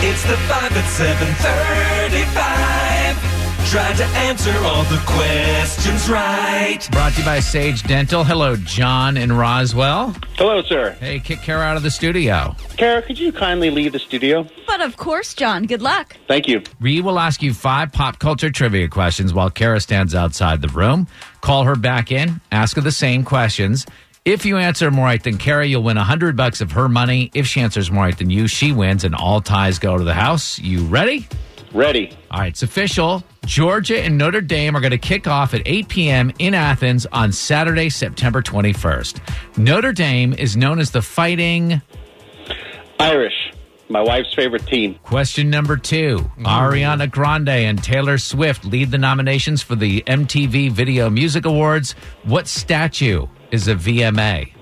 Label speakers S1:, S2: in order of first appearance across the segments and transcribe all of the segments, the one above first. S1: It's the 5 at 735. Try to answer all the questions right.
S2: Brought to you by Sage Dental. Hello, John and Roswell.
S3: Hello, sir.
S2: Hey, kick Kara out of the studio.
S3: Kara, could you kindly leave the studio?
S4: But of course, John, good luck.
S3: Thank you.
S2: We will ask you five pop culture trivia questions while Kara stands outside the room. Call her back in, ask her the same questions. If you answer more right than Kara, you'll win 100 bucks of her money. If she answers more right than you, she wins, and all ties go to the house. You ready?
S3: Ready.
S2: All right, it's official. Georgia and Notre Dame are going to kick off at 8 p.m. in Athens on Saturday, September 21st. Notre Dame is known as the Fighting
S3: Irish, my wife's favorite team.
S2: Question number two Ariana Grande and Taylor Swift lead the nominations for the MTV Video Music Awards. What statue is a VMA?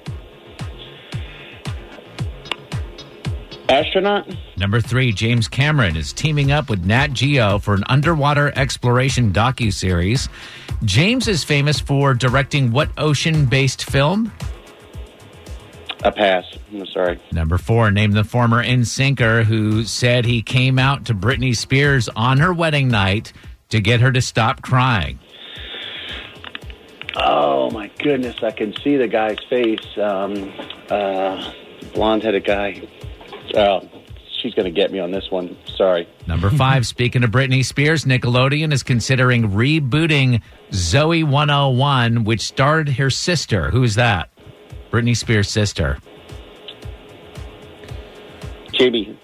S3: Astronaut?
S2: Number three, James Cameron is teaming up with Nat Geo for an underwater exploration docu-series. James is famous for directing what ocean-based film?
S3: A pass. I'm sorry.
S2: Number four, name the former NSYNCer who said he came out to Britney Spears on her wedding night to get her to stop crying.
S3: Oh, my goodness. I can see the guy's face. Um, uh, Blonde headed guy. Oh, she's going to get me on this one. Sorry.
S2: Number five, speaking of Britney Spears, Nickelodeon is considering rebooting Zoe 101, which starred her sister. Who's that? Britney Spears' sister.
S3: Jamie.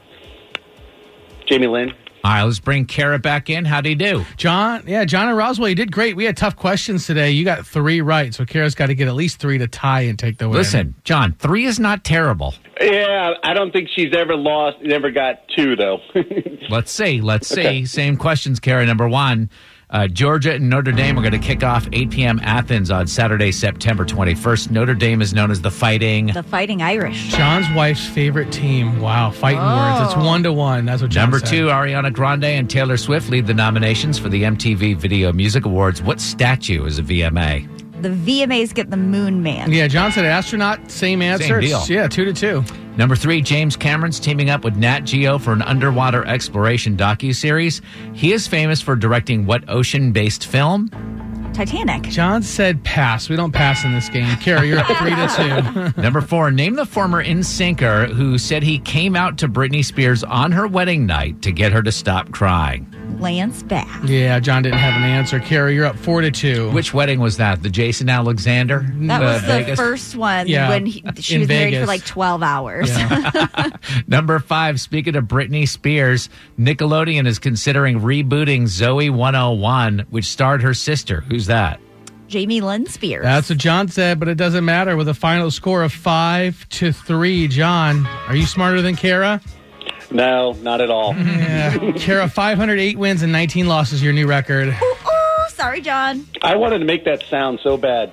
S3: Jamie Lynn?
S2: All right, let's bring Kara back in. How'd he do?
S5: John, yeah, John and Roswell, you did great. We had tough questions today. You got three right, so Kara's got to get at least three to tie and take the win.
S2: Listen, John, three is not terrible.
S3: Yeah, I don't think she's ever lost, never got two, though.
S2: Let's see. Let's see. Same questions, Kara. Number one, uh, Georgia and Notre Dame are going to kick off 8 p.m. Athens on Saturday, September 21st. Notre Dame is known as the Fighting.
S4: The Fighting Irish.
S5: John's wife's favorite team. Wow, fighting words. It's one to one. That's what John
S2: Number
S5: said.
S2: two, Ariana Grande and Taylor Swift lead the nominations for the MTV Video Music Awards. What statue is a VMA?
S4: The VMAs get the Moon Man.
S5: Yeah, John said astronaut. Same answer.
S2: deal.
S5: It's- Yeah, two to two.
S2: Number three, James Cameron's teaming up with Nat Geo for an underwater exploration docu-series. He is famous for directing what ocean-based film?
S4: Titanic.
S5: John said pass. We don't pass in this game. Kara, you're up three to two.
S2: Number four, name the former NSYNCer who said he came out to Britney Spears on her wedding night to get her to stop crying.
S4: Lance Bass.
S5: yeah, John didn't have an answer. Kara, you're up four to two.
S2: Which wedding was that? The Jason Alexander?
S4: That
S2: Uh,
S4: was the
S2: Vegas?
S4: first one
S5: Yeah.
S4: when he, she
S5: In
S4: was married for
S5: Vegas.
S4: like 12 hours.
S2: Number five, speaking of Britney Spears, Nickelodeon is considering rebooting Zoe 101, which starred her sister. Who's that?
S4: Jamie Lynn Spears.
S5: That's what John said, but it doesn't matter with a final score of five to three. John, are you smarter than Kara?
S3: no, not at all.
S5: Yeah. Kara, 508 wins and 19 losses, your new record.
S4: Ooh, ooh, Oh, sorry, John.
S3: I wanted to make that sound so bad.